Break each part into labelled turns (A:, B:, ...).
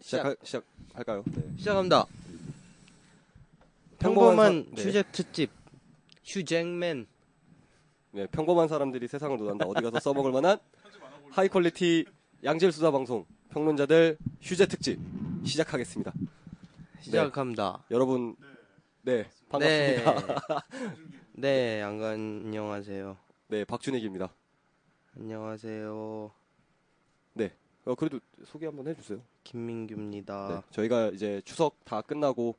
A: 시작 시작할까요? 네.
B: 시작합니다.
A: 평범한
B: 평범한
A: 사- 네.
B: 휴잭 특집 휴잭맨
A: 네, 평범한 사람들이 세상을 논한다. 어디 가서 써먹을 만한 하이 퀄리티 양질 수사 방송 평론자들 휴재 특집 시작하겠습니다.
B: 시작합니다.
A: 여러분 네 반갑습니다.
B: 네, 네 안- 안녕하세요.
A: 네, 박준익입니다.
B: 안녕하세요.
A: 어, 그래도 소개 한번 해주세요.
B: 김민규입니다.
A: 네, 저희가 이제 추석 다 끝나고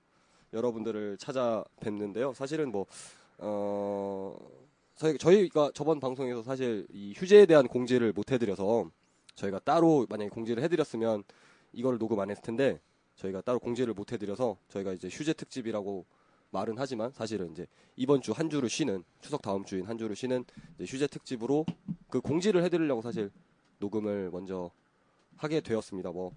A: 여러분들을 찾아뵙는데요. 사실은 뭐 어, 저희, 저희가 저번 방송에서 사실 이 휴재에 대한 공지를 못 해드려서 저희가 따로 만약에 공지를 해드렸으면 이거를 녹음 안 했을 텐데 저희가 따로 공지를 못 해드려서 저희가 이제 휴재 특집이라고 말은 하지만 사실은 이제 이번 주 한 주를 쉬는 추석 다음 주인 한 주를 쉬는 이제 휴재 특집으로 그 공지를 해드리려고 사실 녹음을 먼저 하게 되었습니다. 뭐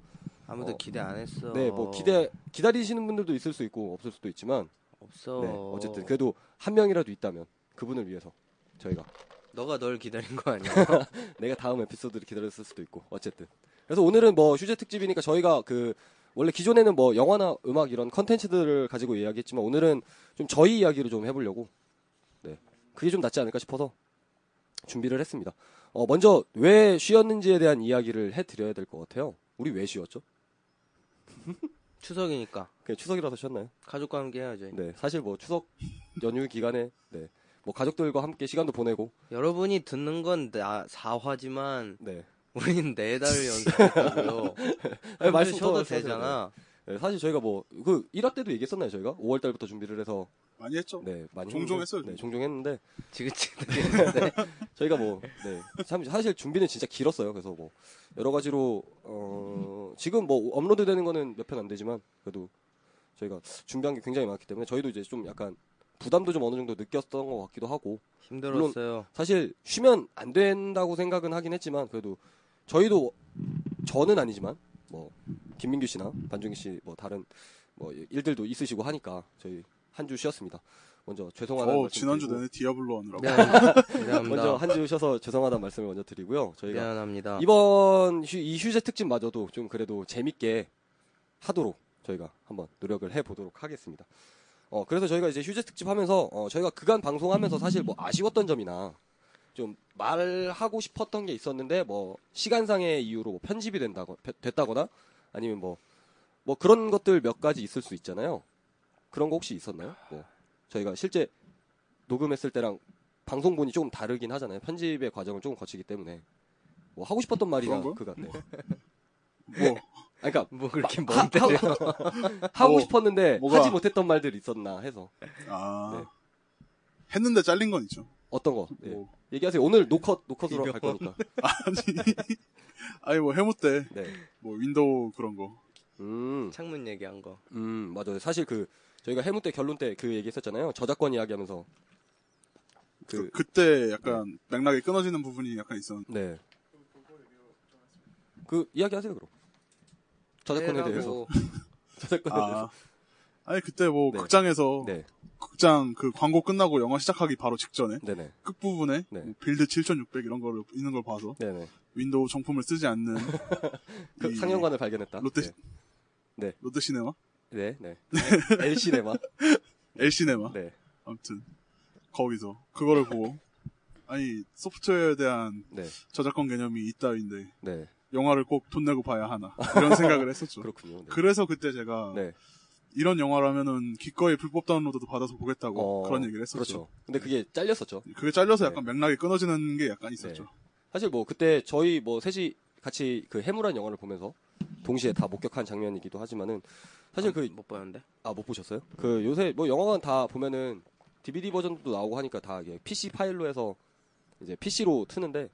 B: 아무도
A: 어,
B: 기대 안 했어.
A: 네, 뭐 기대 기다리시는 분들도 있을 수 있고 없을 수도 있지만
B: 없어.
A: 네, 어쨌든 그래도 한 명이라도 있다면 그분을 위해서 저희가
B: 너가 널 기다린 거 아니야?
A: 내가 다음 에피소드를 기다렸을 수도 있고 어쨌든 그래서 오늘은 뭐 휴재 특집이니까 저희가 그 원래 기존에는 뭐 영화나 음악 이런 컨텐츠들을 가지고 이야기했지만 오늘은 좀 저희 이야기를 좀 해보려고 네 그게 좀 낫지 않을까 싶어서 준비를 했습니다. 어 먼저 왜 쉬었는지에 대한 이야기를 해드려야 될 것 같아요. 우리 왜 쉬었죠?
B: 추석이니까
A: 그냥 추석이라서 쉬었나요?
B: 가족과 함께 해야지.
A: 네, 사실 뭐 추석 연휴 기간에 네, 뭐 가족들과 함께 시간도 보내고
B: 여러분이 듣는 건 나, 4화지만
A: 네,
B: 우린 네달 연속했고요.
A: 아니, 네, 말씀 더
B: 쉬어도
A: 하셔도 돼요.
B: 되잖아.
A: 네, 사실 저희가 뭐 그 1화 때도 얘기했었나요 저희가 5월 달부터 준비를 해서
C: 많이 했죠.
A: 네 많이
C: 종종
A: 했는데,
C: 했어요,
A: 네, 종종 했는데
B: 지긋지긋했는데
A: 저희가 뭐네 사실 준비는 진짜 길었어요. 그래서 뭐 여러 가지로 어 지금 뭐 업로드되는 거는 몇 편 안 되지만 그래도 저희가 준비한 게 굉장히 많았기 때문에 저희도 이제 좀 약간 부담도 좀 어느 정도 느꼈던 것 같기도 하고
B: 힘들었어요.
A: 사실 쉬면 안 된다고 생각은 하긴 했지만 그래도 저희도 저는 아니지만 뭐 김민규 씨나 반중기 씨 뭐 다른 뭐 일들도 있으시고 하니까 저희 한 주 쉬었습니다. 먼저 죄송하다는
C: 어,
A: 말씀
C: 지난주
A: 드리고
C: 내내 디아블로 하느라고.
B: 네, 미안합니다.
A: 네. 먼저
B: 미안합니다.
A: 한 주 쉬어서 죄송하다는 말씀을 먼저 드리고요. 저희가
B: 미안합니다.
A: 이번 휴, 이 휴재 특집마저도 좀 그래도 재밌게 하도록 저희가 한번 노력을 해보도록 하겠습니다. 어, 그래서 저희가 이제 휴재 특집 하면서 어, 저희가 그간 방송하면서 사실 뭐 아쉬웠던 점이나 좀 말하고 싶었던 게 있었는데 뭐 시간상의 이유로 뭐 편집이 된다거, 펴- 됐다거나 아니면 뭐, 뭐 그런 것들 몇 가지 있을 수 있잖아요. 그런 거 혹시 있었나요? 뭐 저희가 실제 녹음했을 때랑 방송본이 조금 다르긴 하잖아요. 편집의 과정을 조금 거치기 때문에 뭐 하고 싶었던 말이나
C: 그런 거요?
A: 그거 네.
C: 뭐,
A: 아니, 그러니까
B: 뭐 그렇게
A: 하,
B: 뭔데?
A: 하, 하고
C: 뭐,
A: 싶었는데
C: 뭐가?
A: 하지 못했던 말들 있었나 해서
C: 아.
A: 네.
C: 했는데 잘린 건 있죠.
A: 어떤 거 예.
C: 뭐.
A: 얘기하세요. 오늘 노컷 노컷으로 갈
B: 이병헌.
A: 거니까.
C: 아니, 아니, 뭐, 해모 때,
A: 네.
C: 뭐, 윈도우 그런 거.
A: 음,
B: 창문 얘기한 거.
A: 음 맞아요. 사실 그 저희가 해무 때 결론 때 그 얘기했었잖아요. 저작권 이야기하면서
C: 그,
A: 그
C: 그때 약간 맥락이 끊어지는 부분이 약간 있었는데.
A: 네. 그 이야기하세요 그럼. 저작권에
B: 때라고
A: 대해서 저작권에
C: 아. 아니, 그때 뭐,
A: 네.
C: 극장에서,
A: 대해서. 네,
C: 극장 그 광고 끝나고 영화 시작하기 바로 직전에,
A: 네, 네,
C: 끝부분에,
A: 네.
C: 뭐 빌드 7600 이런 거를, 있는 걸 봐서,
A: 네, 네.
C: 윈도우 정품을 쓰지 않는,
A: 그
C: 이
A: 상영관을 발견했다.
C: 롯데,
A: 네,
C: 롯데 시네마?
A: 네, 네. 엘 시네마.
C: 엘 시네마?
A: 네,
C: 아무튼, 거기서, 그거를 보고, 아니, 소프트웨어에 대한
A: 네,
C: 저작권 개념이 있다인데
A: 네.
C: 영화를 꼭 돈 내고 봐야 하나 이런 생각을 했었죠.
A: 그렇군요. 네.
C: 그래서 그때 제가
A: 네.
C: 이런 영화라면은 기꺼이 불법 다운로드도 받아서 보겠다고
A: 어,
C: 그런 얘기를 했었죠. 네.
A: 그렇죠. 네. 근데 그게 잘렸었죠.
C: 그게 잘려서 약간 맥락이 끊어지는 게 약간 있었죠.
A: 사실 뭐 그때 저희 뭐 셋이 같이 그 해물한 영화를 보면서 동시에 다 목격한 장면이기도 하지만은 사실 그
B: 못 봤는데.
A: 아 못 보셨어요? 그 요새 뭐 영화관 다 보면은 DVD 버전도 나오고 하니까 다 이게 PC 파일로 해서 이제 PC로 트는데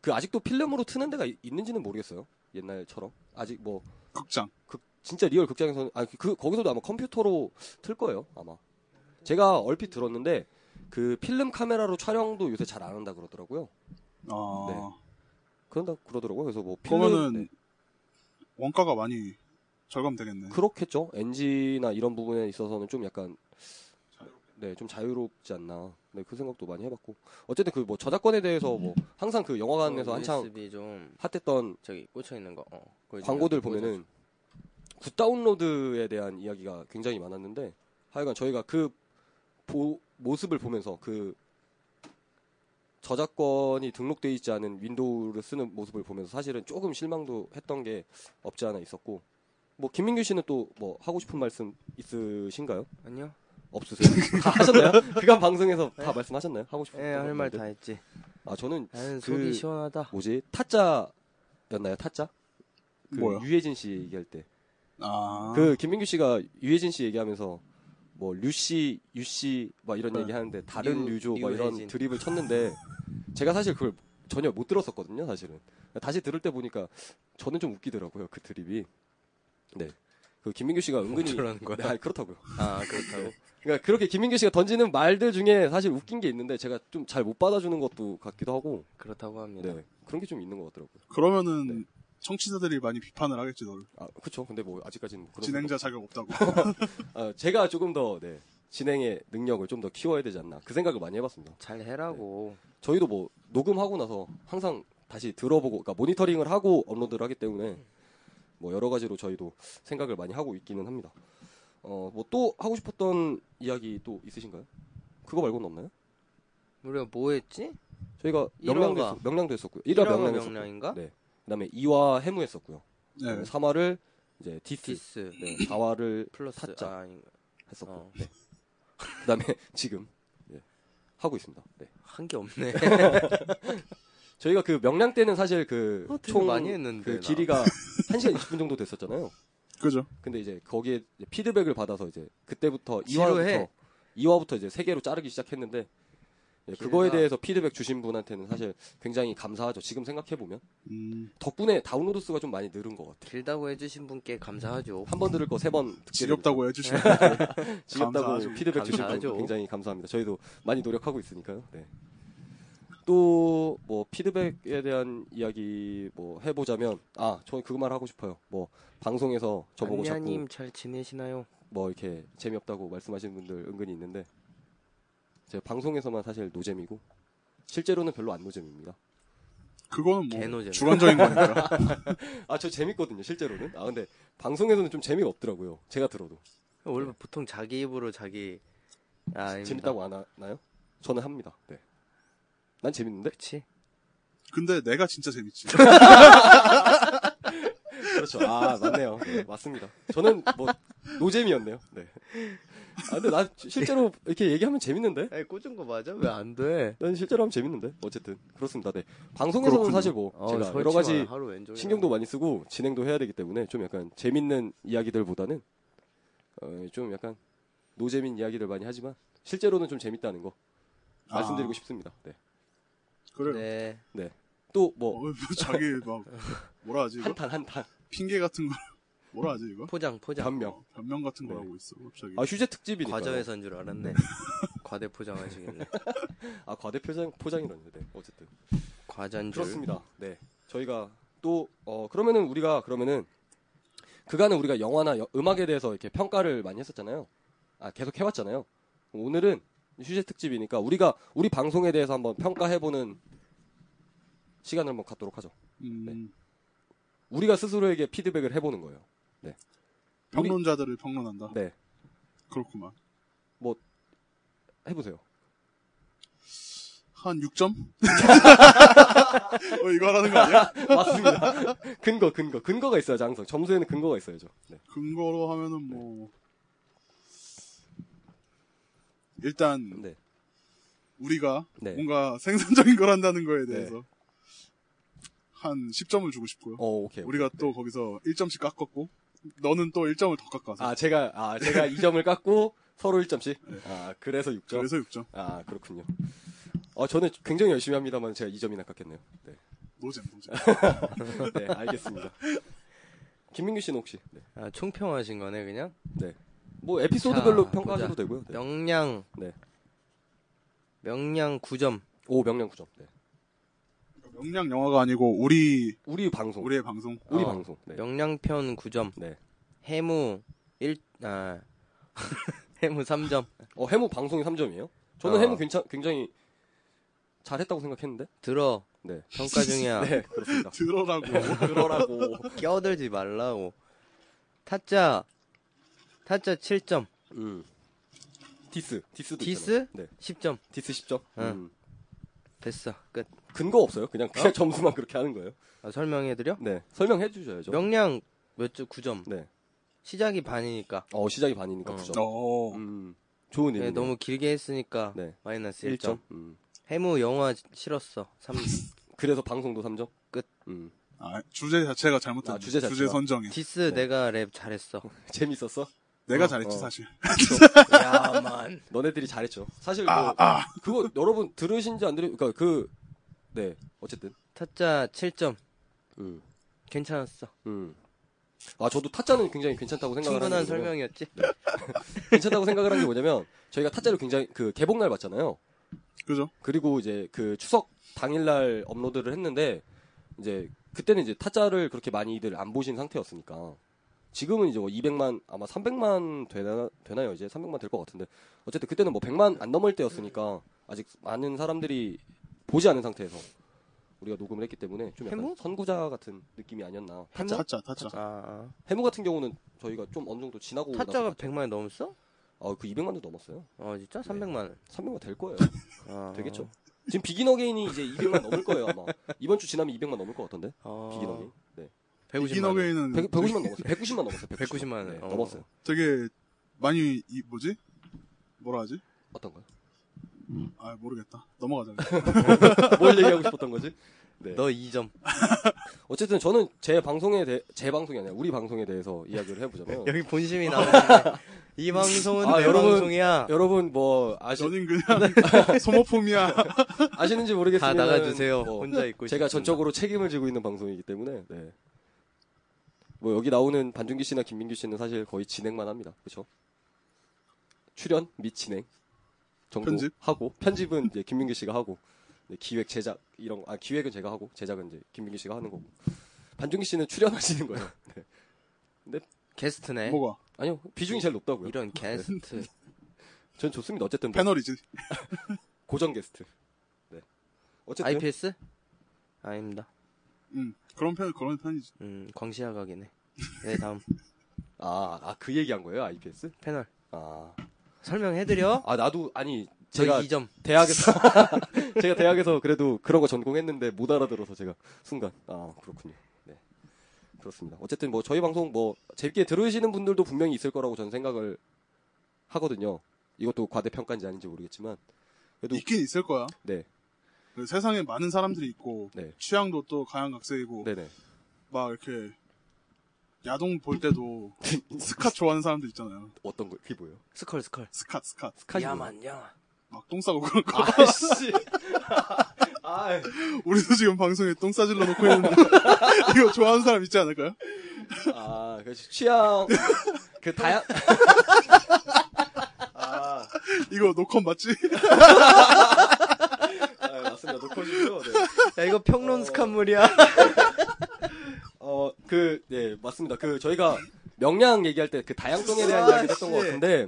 A: 그 아직도 필름으로 트는 데가 이- 있는지는 모르겠어요. 옛날처럼 아직 뭐
C: 극장.
A: 극- 진짜 리얼 극장에서는 아 그 거기서도 아마 컴퓨터로 틀 거예요 아마 제가 얼핏 들었는데 그 필름 카메라로 촬영도 요새 잘 안 한다 그러더라고요.
C: 아,
A: 네. 그런다 그러더라고요. 그래서 뭐 필름
C: 그러면은
A: 네.
C: 원가가 많이 절감되겠네.
A: 그렇겠죠. NG나 이런 부분에 있어서는 좀 약간 네, 좀 자유롭지 않나. 네, 그 생각도 많이 해봤고. 어쨌든 그 뭐 저작권에 대해서 뭐 항상 그 영화관에서
B: 어,
A: 한창
B: USB 좀
A: 핫했던
B: 저기 꽂혀 있는 거. 어, 그거 있잖아.
A: 광고들
B: 그거
A: 보면은 굿다운로드에 대한 이야기가 굉장히 많았는데 하여간 저희가 그 보- 모습을 보면서 그 저작권이 등록돼 있지 않은 윈도우를 쓰는 모습을 보면서 사실은 조금 실망도 했던 게 없지 않아 있었고 뭐 김민규 씨는 또 뭐 하고 싶은 말씀 있으신가요?
B: 아니요?
A: 없으세요? 다 하셨나요? 그간 방송에서 다 말씀하셨나요? 하고 싶은
B: 예, 할 말
A: 건데.
B: 다 했지.
A: 아 저는
B: 나는
A: 그-
B: 속이 시원하다.
A: 뭐지 타짜였나요? 타짜? 그
C: 뭐요?
A: 유해진 씨 얘기할 때.
C: 아.
A: 그 김민규 씨가 유해진 씨 얘기하면서 뭐 류씨, 유씨 막 이런
C: 네.
A: 얘기 하는데 다른
B: 유-
A: 류조 막 이런
B: 유해진.
A: 드립을 쳤는데 제가 사실 그걸 전혀 못 들었었거든요, 사실은. 다시 들을 때 보니까 저는 좀 웃기더라고요, 그 드립이. 네. 그 김민규 씨가 은근히
B: 어쩌라는 거야?
A: 네, 아니, 그렇다고요.
B: 아, 그렇다고?
A: 그러니까 그렇게 김민규 씨가 던지는 말들 중에 사실 웃긴 게 있는데 제가 좀 잘 못 받아주는 것도 같기도 하고
B: 그렇다고 합니다.
A: 네. 그런 게 좀 있는 것 같더라고요.
C: 그러면은
A: 네.
C: 청취자들이 많이 비판을 하겠지 너를.
A: 아, 그렇죠. 근데 뭐 아직까지는 뭐 그런
C: 진행자 자격 없다고.
A: 아, 제가 조금 더 네, 진행의 능력을 좀 더 키워야 되지 않나 그 생각을 많이 해봤습니다.
B: 잘 해라고.
A: 저희도 뭐 녹음하고 나서 항상 다시 들어보고 그러니까 모니터링을 하고 업로드를 하기 때문에 뭐 여러 가지로 저희도 생각을 많이 하고 있기는 합니다. 어, 뭐 또 하고 싶었던 이야기 또 있으신가요? 그거 말고는 없나요? 네.
B: 우리가 뭐 했지?
A: 저희가
B: 일화가.
A: 명량도, 했었, 명량도 했었고요. 1화
B: 1화
A: 명량 했었고
B: 명량인가?
A: 네. 그다음에 2화 해무 했었고요.
C: 네.
A: 3화를 이제 디스
B: 디스.
A: 네, 4화를
B: 플러스.
A: 타짜.
B: 아, 아닌가.
A: 했었고
B: 어.
A: 네. 그다음에 지금 예, 하고 있습니다. 네.
B: 한 게 없네.
A: 저희가 그 명량 때는 사실 그
B: 어, 되게
A: 총
B: 많이 했는데,
A: 그
B: 나.
A: 길이가 1시간 20분 정도 됐었잖아요.
C: 그죠.
A: 근데 이제 거기에 이제 피드백을 받아서 이제 그때부터
B: 지루해.
A: 2화부터 2화부터 이제 세 개로 자르기 시작했는데 예, 그거에
B: 길다.
A: 대해서 피드백 주신 분한테는 사실 굉장히 감사하죠. 지금 생각해 보면
C: 음.
A: 덕분에 다운로드 수가 좀 많이 늘은 것 같아요.
B: 길다고 해주신 분께 감사하죠.
A: 한 번 들을 거 세 번 듣게 네. 되고
C: 지겹다고 해주시는 분들
A: 지겹다고
C: 감사하죠.
A: 피드백 주신 분
B: 감사하죠.
A: 굉장히 감사합니다. 저희도 많이 노력하고 있으니까요. 네. 또 뭐 피드백에 대한 이야기 뭐 해보자면 아 저는 그거 말 하고 싶어요. 뭐 방송에서 저보고 자꾸
B: 안냐님 잘 지내시나요?
A: 뭐 이렇게 재미없다고 말씀하시는 분들 은근히 있는데 제가 방송에서만 사실 노잼이고 실제로는 별로 안 노잼입니다.
C: 그거는 뭐
B: 개노잼.
C: 주관적인 거니까.
A: 아 저 재밌거든요 실제로는. 아 근데 방송에서는 좀 재미가 없더라고요. 제가 들어도
B: 원래 보통 자기 입으로 자기 아, 아닙니다.
A: 재밌다고 안 하나요? 저는 합니다. 네. 난 재밌는데?
B: 그치?
C: 근데 내가 진짜 재밌지.
A: 네. 그렇죠. 아, 맞네요. 네, 맞습니다. 저는 뭐, 노잼이었네요. 네. 아, 근데 나 실제로 이렇게 얘기하면 재밌는데?
B: 아니 꽂은 거 맞아? 왜 안 돼?
A: 난 실제로 하면 재밌는데? 어쨌든. 그렇습니다. 네. 방송에서는
C: 그렇군요.
A: 사실 뭐,
B: 어,
A: 제가
B: 설치
A: 여러 가지
B: 마라. 하루 왼쪽이라.
A: 신경도 많이 쓰고 진행도 해야 되기 때문에 좀 약간 재밌는 이야기들보다는, 어, 좀 약간 노잼인 이야기들 많이 하지만, 실제로는 좀 재밌다는 거
C: 아.
A: 말씀드리고 싶습니다. 네.
C: 그래. 요
B: 네.
A: 또
C: 어,
A: 뭐,
C: 뭐 자기 막 뭐라 하지 이거?
A: 한탄, 한탄.
C: 핑계 같은 거 뭐라 하지 이거?
B: 포장 포장.
A: 변명.
C: 어, 변명 같은 걸
A: 네.
C: 하고 있어 갑자기.
A: 아, 휴재 특집이니까.
B: 과자회사인 줄 알았네. 과대 포장하시겠네.
A: 아, 과대 포장, 포장이라는데. 네. 어쨌든.
B: 과자인 줄.
A: 그렇습니다. 네. 저희가 또, 어, 그러면은 우리가, 그러면은, 그간에 우리가 영화나 여- 음악에 대해서 이렇게 평가를 많이 했었잖아요. 아, 계속 해왔잖아요. 오늘은 휴재 특집이니까 우리가, 우리 방송에 대해서 한번 평가해보는 시간을 한번 갖도록 하죠.
C: 음,
A: 네. 우리가 스스로에게 피드백을 해보는 거예요.
C: 평론자들을 평론한다.
A: 네.
C: 그렇구만.
A: 해보세요.
C: 한 6점? 어, 이거 하라는 거 아니야?
A: 맞습니다. 근거, 근거. 근거가 있어야죠, 항상. 점수에는 근거가 있어야죠. 네.
C: 근거로 하면은 뭐 일단
A: 네.
C: 우리가
A: 네.
C: 뭔가 생산적인 걸 한다는 거에 대해서 한 10점을 주고 싶고요.
A: 어, 오케이.
C: 우리가 또 거기서 1점씩 깎았고 너는 또 1점을 더 깎아서
A: 아, 제가, 아, 제가 2점을 깎고 서로 1점씩? 아, 그래서 6점?
C: 그래서 6점.
A: 아 그렇군요. 어 저는 굉장히 열심히 합니다만 제가 2점이나 깎겠네요. 네,
C: 노잼 노잼.
A: 네, 알겠습니다. 김민규 씨는 혹시 네,
B: 아, 총평하신 거네 그냥.
A: 네. 뭐 에피소드별로
B: 자,
A: 평가하셔도
B: 보자.
A: 되고요. 네.
B: 명량
A: 네.
B: 명량 9점.
A: 오 명량 9점. 네.
C: 명량 영화가 아니고 우리
A: 우리 방송, 우리,
C: 우리의 방송
B: 어,
A: 방송. 네.
B: 명량편 9점.
A: 네.
B: 해무 1 아. 해무 3점.
A: 어 해무 방송이 3점이에요? 저는
B: 어.
A: 해무 괜찮, 굉장히 잘했다고 생각했는데.
B: 들어.
A: 네.
B: 평가 중이야.
A: 네, 그렇습니다.
C: 들어라고
A: 그러라고.
B: 껴들지 말라고. 타짜 타짜 7점,
A: 음. 디스, 디스도
B: 디스?
A: 있잖아. 네,
B: 10점
A: 디스 10점. 음.
B: 어. 됐어 끝.
A: 근거 없어요. 그냥 그냥 점수만 그렇게 하는 거예요.
B: 아, 설명해드려?
A: 네, 설명해 주셔야죠.
B: 명량 몇 점? 9점.
A: 네,
B: 시작이 반이니까
A: 어 시작이 반이니까
B: 어.
A: 9점.
C: 어.
A: 음, 좋은
B: 네,
A: 의미.
B: 너무 길게 했으니까
A: 네.
B: 마이너스 1점.
A: 1점. 음.
B: 해무 영화 싫었어. 3
A: 그래서 방송도 3점.
B: 끝.
A: 음.
C: 아, 주제 자체가 잘못됐네.
A: 아, 주제 자체가.
C: 선정이.
B: 디스
A: 네.
B: 내가 랩 잘했어.
A: 재밌었어?
C: 내가
A: 어,
C: 잘했지
A: 어.
C: 사실.
B: 야만.
A: 너네들이 잘했죠. 사실 뭐
C: 아, 아.
A: 그거 여러분 들으신지 안 들으 그러니까 그 네. 어쨌든.
B: 타짜 7점.
A: 음.
B: 괜찮았어.
A: 음. 아, 저도 타짜는 굉장히 괜찮다고 생각을
B: 충분한
A: 하는 네. 거고요.
B: 설명이었지?
A: 괜찮다고 생각을 한 게 뭐냐면 저희가 타짜를 굉장히 그 개봉날 봤잖아요.
C: 그죠?
A: 그리고 이제 그 추석 당일날 업로드를 했는데 이제 그때는 이제 타짜를 그렇게 많이들 안 보신 상태였으니까 지금은 이제 뭐 200만 아마 300만 되나 되나요 이제 300만 될 것 같은데 어쨌든 그때는 뭐 100만 안 넘을 때였으니까 아직 많은 사람들이 보지 않은 상태에서 우리가 녹음을 했기 때문에 좀 약간
B: 해무?
A: 선구자 같은 느낌이 아니었나 타짜
C: 타짜 타짜.
B: 아, 아.
A: 해무 같은 경우는 저희가 좀 어느 정도 지나고
B: 타짜가
A: 나서
B: 100만이 넘었어?
A: 아그 200만도 넘었어요
B: 어, 진짜? 300만.
A: 300만 될 거예요
B: 아.
A: 네. 되겠죠. 지금 비긴 어게인이 이제 200만 넘을 거예요 아마 이번 주 지나면 200만 넘을 것 같던데
B: 어,
A: 비긴 어게인. 네.
C: 이긴 어게인은
A: 100, 150만 넘었어요. 190만 넘었어요. 190만,
B: 190만.
A: 네,
B: 어.
A: 넘었어요.
C: 되게 많이 이 뭐지? 뭐라 하지?
A: 어떤가요?
C: 아 모르겠다. 넘어가자.
A: 뭘 얘기하고 싶었던 거지? 네.
B: 너 2점.
A: 어쨌든 저는 제 방송에 대해 제 방송이 아니라 우리 방송에 대해서 이야기를 해보자면
B: 여기 본심이 나오네. 이 방송은
A: 어. 아,
B: 내
A: 여러분.
B: 방송이야.
A: 여러분 뭐 아시,
C: 저는 그냥 소모품이야.
A: 아시는지 모르겠지만
B: 다 나가주세요. 혼자 있고
A: 뭐. 제가
B: 싶습니다.
A: 전적으로 책임을 지고 있는 방송이기 때문에 네. 뭐 여기 나오는 반준기 씨나 김민규 씨는 사실 거의 진행만 합니다. 그렇죠? 출연 및 진행 정도
C: 편집?
A: 하고 편집은 이제 김민규 씨가 하고 네, 기획 제작 이런 거- 아 기획은 제가 하고 제작은 이제 김민규 씨가 하는 거고 반준기 씨는 출연하시는 거예요. 네.
B: 게스트네.
C: 뭐가?
A: 아니요 비중이 제일 높다고요.
B: 이런 게스트.
A: 전 좋습니다. 어쨌든 뭐
C: 패널이지.
A: 고정 게스트. 네. 어쨌든
B: IPS? 아닙니다.
C: 음 그런 편 그런 편이지.
B: 음, 광시야 가게네. 네, 다음.
A: 아그 얘기한 거예요 IPS?
B: 패널.
A: 아,
B: 설명해드려.
A: 아 나도 아니 제가
B: 제가 2점.
A: 대학에서 제가 대학에서 그래도 그런 거 전공했는데 못 알아들어서 제가 순간 아 그렇군요. 네 그렇습니다. 어쨌든 뭐 저희 방송 뭐 재밌게 들으시는 분들도 분명히 있을 거라고 저는 생각을 하거든요. 이것도 과대평가인지 아닌지 모르겠지만 그래도
C: 있긴 있을 거야.
A: 네
C: 그 세상에 많은 사람들이 있고
A: 네.
C: 취향도 또 가양각색이고
A: 네네
C: 막 이렇게 야동 볼 때도 스캇 좋아하는 사람들 있잖아요.
A: 어떤 거 그게 뭐예요?
B: 스컬, 뭐. 스컬.
C: 스캇 스캇
A: 스카이
B: 야만, 야만.
C: 막 똥 싸고 그런 거.
A: 아씨 아
C: 우리도 지금 방송에 똥 싸질러 놓고 있는데 이거 좋아하는 사람 있지 않을까요?
A: 아, 그 취향 그 다양 아
C: 이거 녹음 맞지?
A: 아, 맞습니다. 놓고 주죠. 네.
B: 야, 이거 평론
A: 어.
B: 스칸물이야.
A: 어, 그, 네, 맞습니다. 그, 저희가 명량 얘기할 때 그 다양성에 대한
B: 아,
A: 이야기를 했던
B: 씨.
C: 예.
A: 것 같은데,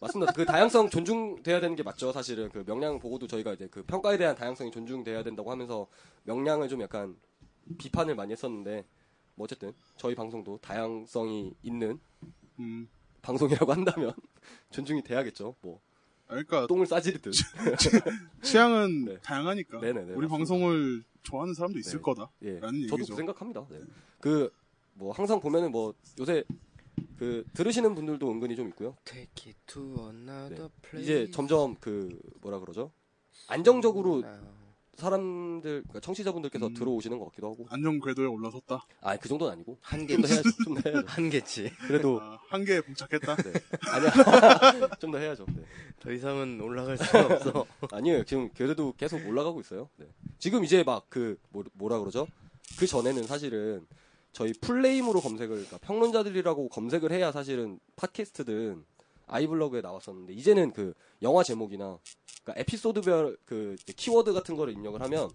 A: 맞습니다. 그 다양성 존중돼야 되는 게 맞죠, 사실은. 그 명량 보고도 저희가 이제 그 평가에 대한 다양성이 존중돼야 된다고 하면서 명량을 좀 약간 비판을 많이 했었는데, 뭐 어쨌든 저희 방송도 다양성이 있는
C: 음.
A: 방송이라고 한다면 존중이 돼야겠죠. 뭐
C: 그러니까
A: 똥을 싸지르듯.
C: 취향은
A: 네.
C: 다양하니까
A: 네네네,
C: 우리
A: 맞습니다.
C: 방송을 좋아하는 사람도 있을
A: 네.
C: 거다.
A: 예,
C: 라는
A: 저도
C: 얘기죠.
A: 그 생각합니다. 네. 그뭐 항상 보면은 뭐 요새 그 들으시는 분들도 은근히 좀 있고요.
B: Take it to another place. 어,
A: 이제 점점 그 뭐라 그러죠? 안정적으로 사람들 그러니까 청취자분들께서
C: 음.
A: 들어오시는 것 같기도 하고
C: 안녕 궤도에 올라섰다.
A: 아 그 정도는 아니고
B: 한
A: 좀 더
B: 개지.
A: 해야죠 좀 더 해야죠
B: 한 개지.
A: 그래도
C: 아, 한계에 봉착했다.
A: 네. 아니야 좀 더 해야죠 네.
B: 더 이상은 올라갈 수가 없어.
A: 아니에요 지금 그래도 계속 올라가고 있어요 네. 지금 이제 막 그 뭐라 그러죠 그 전에는 사실은 저희 플레임으로 검색을 그러니까 평론자들이라고 검색을 해야 사실은 팟캐스트든 아이블로그에 나왔었는데 이제는 그 영화 제목이나 그러니까 에피소드별 그 키워드 같은 거를 입력을 하면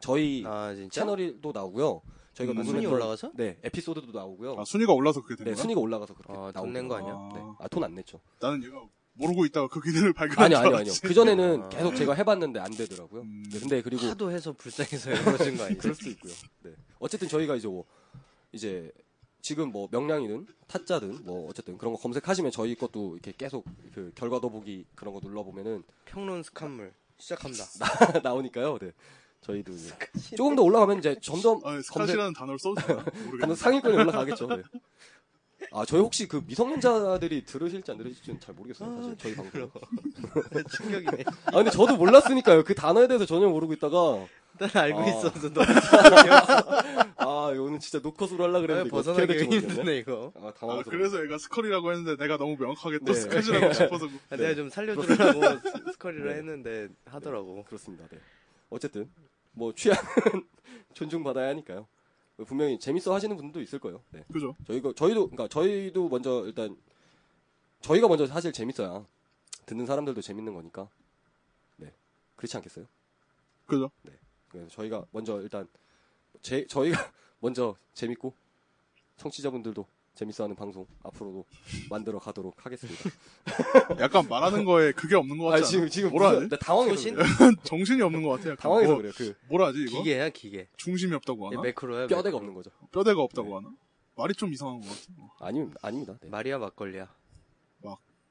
A: 저희
B: 아, 진짜?
A: 채널이 또 나오고요. 저희가
C: 음,
A: 녹음했던-
B: 순위 올라가서?
A: 네 에피소드도 나오고요.
C: 아, 순위가 올라서 그렇게 된
A: 네
C: 거야?
A: 순위가 올라가서 그렇게
B: 아,
A: 나오고
B: 돈낸거 아니야?
A: 네. 아돈 안 냈죠.
C: 나는 얘가 모르고 있다가 그 기능을 발견한
A: 아니요
C: 줄
A: 아니요 아니요.
C: 알았지.
A: 그 전에는
B: 아.
A: 계속 제가 해봤는데 안 되더라고요.
C: 음.
A: 네, 근데 그리고
B: 하도 해서 불쌍해서 그러신 거 아니지?
A: 그럴 수도 있고요. 네 어쨌든 저희가 이제 뭐 이제 지금 뭐 명량이든 타짜든 뭐 어쨌든 그런 거 검색하시면 저희 것도 이렇게 계속 그 결과 더보기 그런 거 눌러보면은
B: 평론 스칸물 시작합니다.
A: 나오니까요. 네. 저희도 이제 조금 더 올라가면 이제 점점
C: 아, 네,
A: 검색
C: 스카시라는 단어를 써도 되나?
A: 가면
C: 모르겠네.
A: 상위권에 올라가겠죠. 네. 아, 저희 혹시 그 미성년자들이 들으실지 안 들으실지는 잘 모르겠어요. 사실 저희 방송.
B: 충격이네.
A: 아, 근데 저도 몰랐으니까요. 그 단어에 대해서 전혀 모르고 있다가
B: 일단 알고
A: 아.
B: 있어서 너무
A: 아, 오늘 진짜 노컷으로 하려
B: 잘
A: 그랬는데 이거 어떻게 해야
B: 벗어나기
A: 될지 모르겠네.
B: 힘드네 이거.
A: 아,
C: 아,
A: 당황스러워.
C: 그래서 얘가 스컬이라고 했는데 내가 너무 명확하게 또
A: 네.
C: 스카시라고 싶어서 그-
B: 아, 내가 좀 살려주려고 스- 스쿼리를 했는데 하더라고.
A: 그렇습니다. 네. 어쨌든 뭐 취향은 존중받아야 하니까요. 분명히 재밌어 하시는 분도 있을 거예요. 네.
C: 그죠?
A: 저희가 저희도 그러니까 저희도 먼저 일단 저희가 먼저 사실 재밌어야 듣는 사람들도 재밌는 거니까. 네. 그렇지 않겠어요?
C: 그죠?
A: 그래서 저희가 먼저 일단 제 저희가 먼저 재밌고 청취자분들도 재밌어하는 방송 앞으로도 만들어 가도록 하겠습니다.
C: 약간 말하는 거에 그게 없는 것
A: 아
C: 같지 않아?
A: 지금 지금
C: 뭐라
A: 무슨-
C: 하지?
A: 나 당황해서
B: 소신?
A: 그래요.
C: 정신이 없는 것 같아. 약간.
A: 당황해서
C: 뭐,
A: 그래요. 네, 그
C: 뭐라 하지 이거?
B: 기계야 기계.
C: 중심이 없다고 하나?
B: 매크로야.
A: 뼈대가
B: 매크로.
A: 없는 거죠.
C: 뼈대가
A: 네.
C: 없다고 하나? 말이 좀 이상한 것 같아.
A: 아니 아닙니다. 네.
B: 마리아 막걸리야.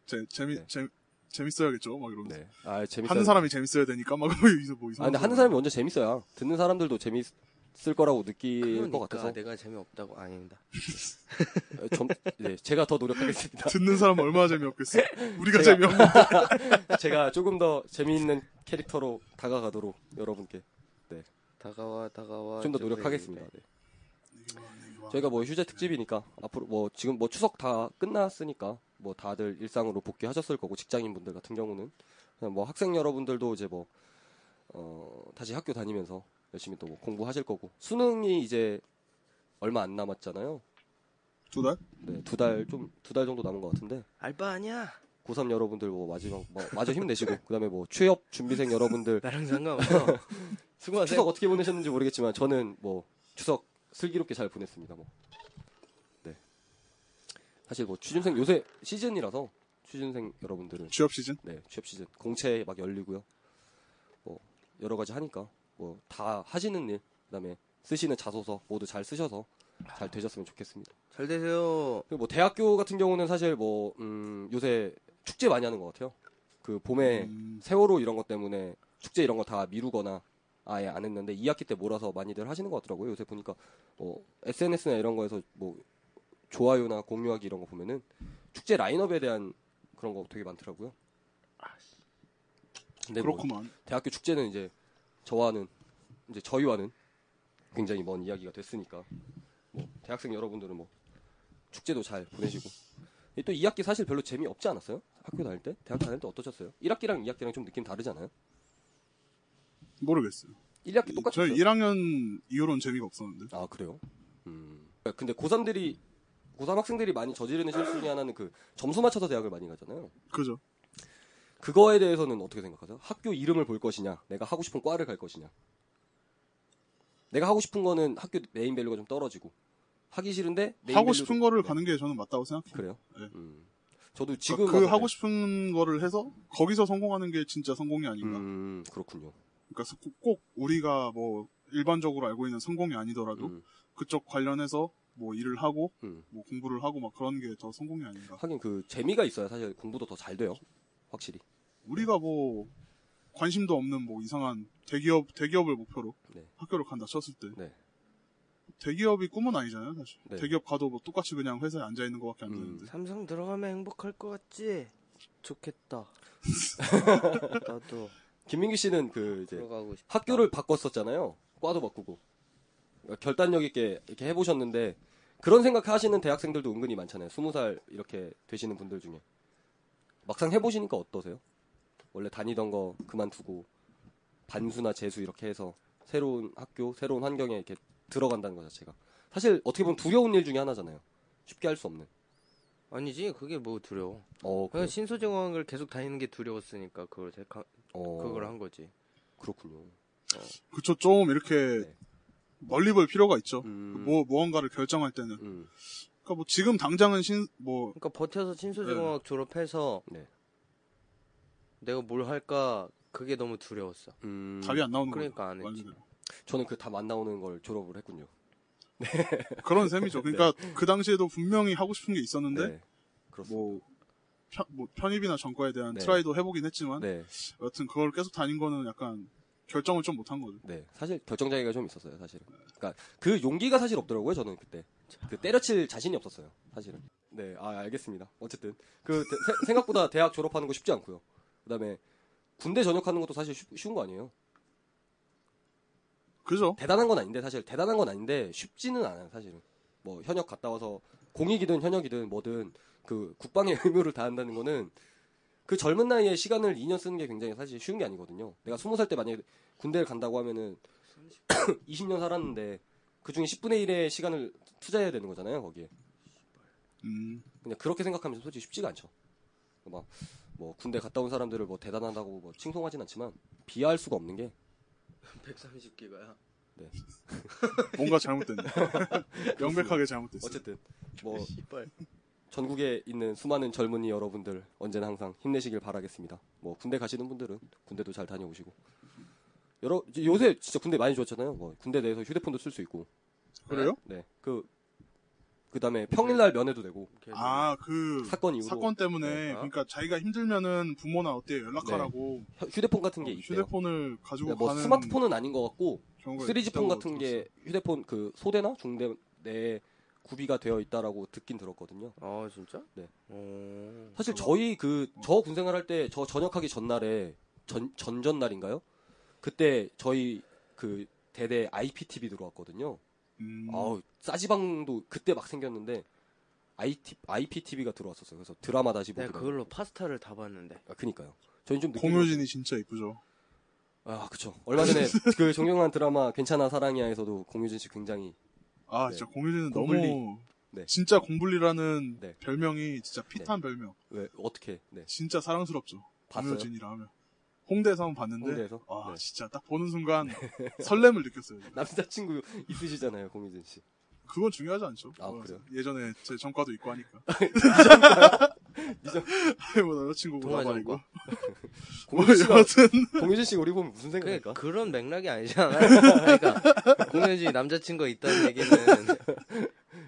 C: 재, 재미,
A: 네.
C: 재, 재밌어야겠죠? 막 이러면서.
A: 네. 아, 재밌어.
C: 하는 사람이 재밌어야 되니까 막 뭐 이상 뭐
A: 아,
C: 이상.
A: 근데 하는 사람이 먼저 재밌어야 듣는 사람들도 재밌을 거라고 느낄 것 같아서
B: 그러니까 내가 재미없다고 아닙니다.
A: 어, 좀, 네, 제가 더 노력하겠습니다.
C: 듣는 사람 얼마나 재미없겠어? 우리가
A: 뭐- 제가-
C: 재미없는
A: 제가 조금 더 재미있는 캐릭터로 다가가도록 여러분께
B: 다가와 다가와.
A: 좀 더
B: 저기,
A: 노력하겠습니다.
B: 네.
A: 네. 저희가 뭐 휴재 특집이니까 앞으로 뭐 지금 뭐 추석 다 끝났으니까 뭐 다들 일상으로 복귀하셨을 거고 직장인분들 같은 경우는 그냥 뭐 학생 여러분들도 이제 뭐 어, 다시 학교 다니면서 열심히 또뭐 공부하실 거고 수능이 이제 얼마 안 남았잖아요.
C: 두 달?
A: 네, 두 달 좀 두 달 정도 남은 것 같은데
B: 알바 아니야.
A: 고3 여러분들 뭐 마지막 뭐 마저 힘내시고 그다음에 뭐 취업 준비생 여러분들
B: 나랑 상관없어. 수고하세요.
A: 추석 어떻게 보내셨는지 모르겠지만 저는 뭐 추석 슬기롭게 잘 보냈습니다. 뭐. 네. 사실 뭐 취준생 요새 시즌이라서 취준생 여러분들은
C: 취업 시즌?
A: 네, 취업 시즌 공채 막 열리고요. 뭐 여러 가지 하니까 뭐 다 하시는 일 그다음에 쓰시는 자소서 모두 잘 쓰셔서 잘 되셨으면 좋겠습니다.
B: 잘 되세요.
A: 그리고 뭐 대학교 같은 경우는 사실 뭐 음, 요새 축제 많이 하는 것 같아요. 그 봄에
C: 음,
A: 세월호 이런 것 때문에 축제 이런 거 다 미루거나 아예 안 했는데 2학기 때 몰아서 많이들 하시는 것 같더라고요. 요새 보니까 뭐 SNS나 이런 거에서 뭐 좋아요나 공유하기 이런 거 보면은 축제 라인업에 대한 그런 거 되게 많더라고요. 근데 뭐
C: 아, 그렇구만.
A: 대학교 축제는 이제 저와는 이제 저희와는 굉장히 먼 이야기가 됐으니까 뭐 대학생 여러분들은 뭐 축제도 잘 보내시고 이또 2학기 사실 별로 재미 없지 않았어요? 학교 다닐 때 대학교 다닐 때 어떠셨어요? 1학기랑 2학기랑 좀 느낌 다르잖아요.
C: 모르겠어요.
A: 1학기 똑같았어요.
C: 저희 1학년 이후로는 재미가 없었는데.
A: 아 그래요? 음. 근데 고3들이 고3 학생들이 많이 저지르는 실수 중에 하나는 그 점수 맞춰서 대학을 많이 가잖아요.
C: 그죠?
A: 그거에 대해서는 어떻게 생각하세요? 학교 이름을 볼 것이냐, 내가 하고 싶은 과를 갈 것이냐. 내가 하고 싶은 거는 학교 메인 밸류가 좀 떨어지고 하기 싫은데 메인
C: 하고
A: 밸류도-
C: 싶은 거를
A: 네,
C: 가는 게 저는 맞다고 생각해요.
A: 그래요.
C: 네.
A: 음. 저도 지금
C: 지금 그
A: 와서-
C: 하고 싶은 거를 해서 거기서 성공하는 게 진짜 성공이 아닌가.
A: 음, 그렇군요.
C: 그러니까 꼭- 꼭 우리가 뭐 일반적으로 알고 있는 성공이 아니더라도
A: 음,
C: 그쪽 관련해서 뭐 일을 하고
A: 음.
C: 뭐 공부를 하고 막 그런 게 더 성공이 아닌가.
A: 하긴 그 재미가 있어야 사실 공부도 더 잘 돼요. 확실히.
C: 우리가 뭐 관심도 없는 뭐 이상한 대기업 대기업을 목표로
A: 네.
C: 학교를 간다 쳤을 때
A: 네.
C: 대기업이 꿈은 아니잖아요 사실
A: 네.
C: 대기업 가도 뭐 똑같이 그냥 회사에 앉아 있는 것밖에 안
A: 음.
C: 되는데
B: 삼성 들어가면 행복할 것 같지? 좋겠다. 나도
A: 김민기 씨는 그 이제
B: 들어가고 싶다.
A: 학교를 바꿨었잖아요. 과도 바꾸고. 그러니까 결단력 있게 이렇게 해보셨는데, 그런 생각 하시는 대학생들도 은근히 많잖아요. 스무 살 이렇게 되시는 분들 중에. 막상 해보시니까 어떠세요? 원래 다니던 거 그만두고, 반수나 재수 이렇게 해서 새로운 학교, 새로운 환경에 이렇게 들어간다는 거 자체가. 사실 어떻게 보면 두려운 일 중에 하나잖아요. 쉽게 할 수 없는.
B: 아니지 그게 뭐 두려워.
A: 어,
B: 그냥
A: 그래요?
B: 신소정학을 계속 다니는 게 두려웠으니까 그걸 제가
A: 어,
B: 그걸 한 거지.
A: 그렇군요.
C: 그쵸 좀 이렇게
A: 네.
C: 멀리 볼 필요가 있죠
A: 음,
C: 뭐 무언가를 결정할 때는
A: 음,
C: 그러니까 뭐 지금 당장은 신 뭐
B: 그러니까 버텨서 신소정학 졸업해서
A: 네.
B: 내가 뭘 할까 그게 너무 두려웠어.
A: 음.
C: 답이 안 나오는 거예요
B: 그러니까 안
C: 말
B: 했지.
C: 그대로.
A: 저는 그 답 안 나오는 걸 졸업을 했군요.
C: 그런 셈이죠. 그러니까 그 당시에도 분명히 하고 싶은 게 있었는데
A: 네. 그렇습니다.
C: 뭐, 편, 뭐 편입이나 전과에 대한
A: 네.
C: 트라이도 해보긴 했지만
A: 네.
C: 여튼 그걸 계속 다닌 거는 약간 결정을 좀 못한 거죠.
A: 네. 사실 결정장애가 좀 있었어요, 사실은. 그러니까 그 용기가 사실 없더라고요, 저는 그때. 그 때려칠 자신이 없었어요, 사실은. 네, 아, 알겠습니다. 어쨌든 그 대- 세- 생각보다 대학 졸업하는 거 쉽지 않고요. 그다음에 군대 전역하는 것도 사실 쉬- 쉬운 거 아니에요.
C: 그죠?
A: 대단한 건 아닌데 사실 대단한 건 아닌데 쉽지는 않아요 사실은 뭐 현역 갔다 와서 공익이든 현역이든 뭐든 그 국방의 의무를 다한다는 거는 그 젊은 나이에 시간을 2년 쓰는 게 굉장히 사실 쉬운 게 아니거든요 내가 20살 때 만약에 군대를 간다고 하면은 20년 살았는데 그 중에 10분의 1의 시간을 투자해야 되는 거잖아요 거기에
C: 음,
A: 그냥 그렇게 생각하면 솔직히 쉽지가 않죠 막 뭐 군대 갔다 온 사람들을 뭐 대단하다고 뭐 칭송하진 않지만 비하할 수가 없는 게
B: 130기가야.
C: 뭔가 잘못됐네. 명백하게 잘못됐어.
A: 어쨌든 뭐
B: 씨발.
A: 전국에 있는 수많은 젊은이 여러분들 언제나 항상 힘내시길 바라겠습니다. 뭐 군대 가시는 분들은 군대도 잘 다녀오시고 여러 요새 진짜 군대 많이 좋았잖아요. 뭐 군대 내에서 휴대폰도 쓸 수 있고
C: 그래요?
A: 네 그 그다음에 평일날 면회도 되고
B: 계속.
C: 아, 그
A: 네. 사건 이후로
C: 네. 사건 때문에
A: 네.
C: 그러니까 자기가 힘들면은 부모나 어때 연락하라고
A: 휴- 휴대폰 같은 네. 게
C: 어,
A: 있대요.
C: 휴대폰을 가지고
A: 네, 뭐
C: 가는
A: 스마트폰은 아닌 것 같고
C: 경우가
A: 3G 폰
C: 있다고
A: 같은 게 휴대폰 그 소대나 중대 내에 구비가 되어 있다라고 듣긴 들었거든요.
B: 아, 진짜?
A: 네.
B: 어.
A: 사실
C: 그렇죠.
A: 저희 그 저 군생활 할 때 저 전역하기 전날에 전 전전 날인가요? 그때 저희 그 대대 IPTV 들어왔거든요.
C: 음,
A: 아우 싸지방도 그때 막 생겼는데 IT, IPTV가 들어왔었어요. 그래서 드라마 다시 보기.
B: 내가 그걸로 파스타를 다 봤는데.
A: 아, 그니까요. 저희 좀 느낌이-
C: 네, 공효진이 진짜 이쁘죠.
A: 아 그쵸. 얼마 전에 그 정경환 드라마 괜찮아 사랑이야에서도 공유진 씨 굉장히
C: 아,
A: 네.
C: 진짜 공효진은
A: 공불리.
C: 너무
A: 네.
C: 진짜 공불리라는
A: 네.
C: 별명이 진짜 핏한 별명.
A: 왜 어떻게 네
C: 진짜 사랑스럽죠.
A: 봤어요.
C: 공효진이라 하면. 홍대에서 한번 봤는데
A: 홍대에서?
C: 아,
A: 네.
C: 진짜 딱 보는 순간 설렘을 느꼈어요.
A: 남자친구 있으시잖아요 공유진 씨.
C: 그건 중요하지 않죠.
A: 아,
C: 어,
A: 그래요?
C: 예전에 제 전과도 있고 하니까. 뭐 남자친구고
B: 동화
C: 나발이고.
B: 전과.
C: 뭐
A: 공유진 씨가
C: 여하튼
A: 공유진 씨 우리 보면 무슨
B: 그,
A: 생각일까?
C: 그러니까.
B: 그런 맥락이 아니잖아요. 그러니까 공효지 남자친구가 있다는 얘기는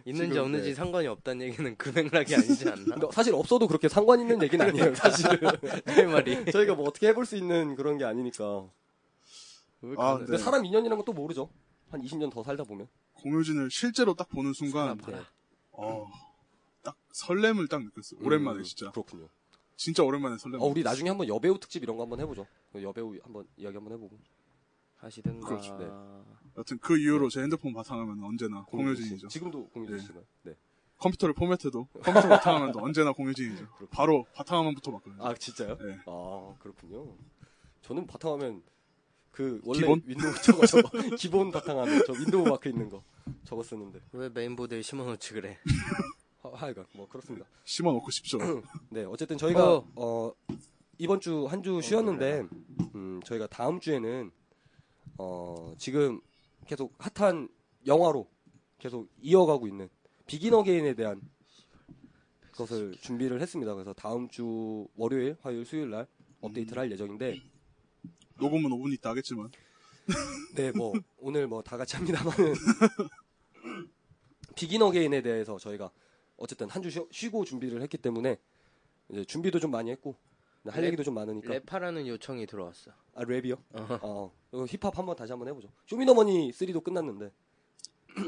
B: 있는지
A: 지금,
B: 없는지
A: 네.
B: 상관이 없다는 얘기는 그 맥락이 아니지 않나?
A: 그러니까 사실 없어도 그렇게 상관 있는 얘기는 아니에요 사실은.
B: 내 말이.
A: 저희가 뭐 어떻게 해볼 수 있는 그런 게 아니니까.
B: 왜
C: 아,
B: 그러는데?
A: 근데
C: 네.
A: 사람 인연이란 것도 모르죠. 한 20년 더 살다 보면.
C: 공효진을 실제로 딱 보는 순간
B: 봐라.
C: 어, 딱 설렘을 딱 느꼈어요. 오랜만에
A: 음,
C: 진짜.
A: 그렇군요.
C: 진짜 오랜만에 설렘.
A: 아, 우리 나중에 한번 여배우 특집 이런 거 한번 해보죠. 여배우 한번 이야기 한번 해보고.
B: 하시든가.
A: 그렇죠, 네.
C: 여튼 그 이후로 제 핸드폰 바탕화면 언제나 공효진이죠.
A: 지금도 공유진
C: 네.
A: 씨가. 네.
C: 컴퓨터를 포맷해도 컴퓨터 바탕화면도 언제나 공효진이죠. 바로 바탕화면부터 바꿔요.
A: 아 진짜요?
C: 네.
A: 아 그렇군요. 저는 바탕화면 그 원래
C: 기본?
A: 윈도우 저거 저거 기본 바탕화면 저 윈도우 마크 있는 거 저거 쓰는데.
B: 왜 메인보드에 심어놓지 그래?
A: 하- 하여간 뭐 그렇습니다.
C: 심어 놓고 싶죠.
A: 네, 어쨌든 저희가
B: 어.
A: 어, 이번 주 한 주 쉬었는데 음, 저희가 다음 주에는 어, 지금 계속 핫한 영화로 계속 이어가고 있는 비긴 어게인에 대한 것을 준비를 했습니다. 그래서 다음 주 월요일, 화요일, 수요일 날 업데이트를 할 예정인데
C: 녹음은 5분 있다 하겠지만
A: 네, 뭐 오늘 뭐 다 같이 합니다만은 비긴 어게인에 대해서 저희가 어쨌든 한 주 쉬고 준비를 했기 때문에 이제 준비도 좀 많이 했고 할
B: 랩-
A: 얘기도 좀 많으니까
B: 랩하라는 요청이 들어왔어.
A: 그러니까 아 랩이요?
B: 어허.
A: 어 이거 힙합 한번 다시 한번 해보죠. 쇼미더머니 3도 끝났는데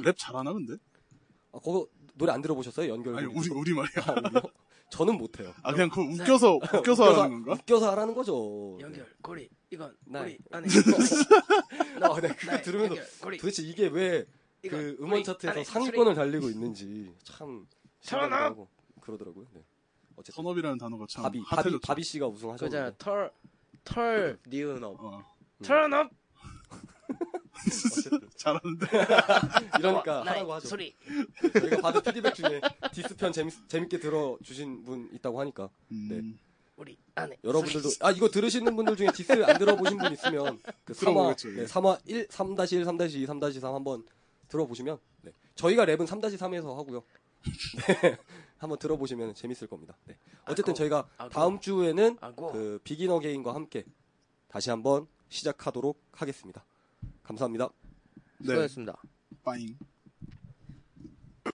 C: 랩 잘하나 근데?
A: 아 그거 노래 안 들어보셨어요? 연결
C: 아니 우리 우리 말이야.
A: 아, 우리요? 저는 못해요.
C: 아 그냥 그 웃겨서 웃겨서 하는 건가?
A: 웃겨서 네. 하라는 거죠.
B: 연결 고리 이건
A: 어, 네. 나-
B: 고리 안에.
A: 나, 아, 네, 그거
B: 나의
A: 들으면서
B: 연결, 고리
A: 도대체 이게 왜 그
B: 이건
A: 음원
B: 고리
A: 차트에서
B: 안에
A: 상위권을 달리고 있는지 참
B: 전업!
A: 신기하고 그러더라고요. 네. 어쨌든
C: 선업이라는 단어가 참
A: 바비 바비
C: 핫해졌죠.
A: 바비 씨가
B: 소리. 그거잖아
A: 우승하셨는데
B: 털털 니은 업.
C: 어,
A: 음.
B: 털은 업.
A: 어쨌든
C: 잘하는데
A: 이러니까
B: 어, 나의
A: 그러니까 하라고 하죠.
B: 소리.
A: 저희가 받은 피드백 중에 디스편 재밌, 재밌게 들어주신 분 있다고 하니까
C: 음,
A: 네.
B: 우리 안에.
A: 여러분들도 아 이거 들으시는 분들 중에 디스 안 들어보신 분 있으면 그 3화
C: 들어보겠죠,
A: 네,
C: 예.
A: 3화 1 3-1 3-2 3-3 한번 들어보시면 네. 저희가 랩은 3-3에서 하고요. 네. 한번 들어보시면 재밌을 겁니다. 네. 어쨌든
B: 아이고,
A: 저희가
B: 아이고.
A: 다음 주에는
B: 아고. 어.
A: 그 비기너 게임과 함께 다시 한번 시작하도록 하겠습니다. 감사합니다.
C: 네.
B: 수고하셨습니다.
C: 빠잉.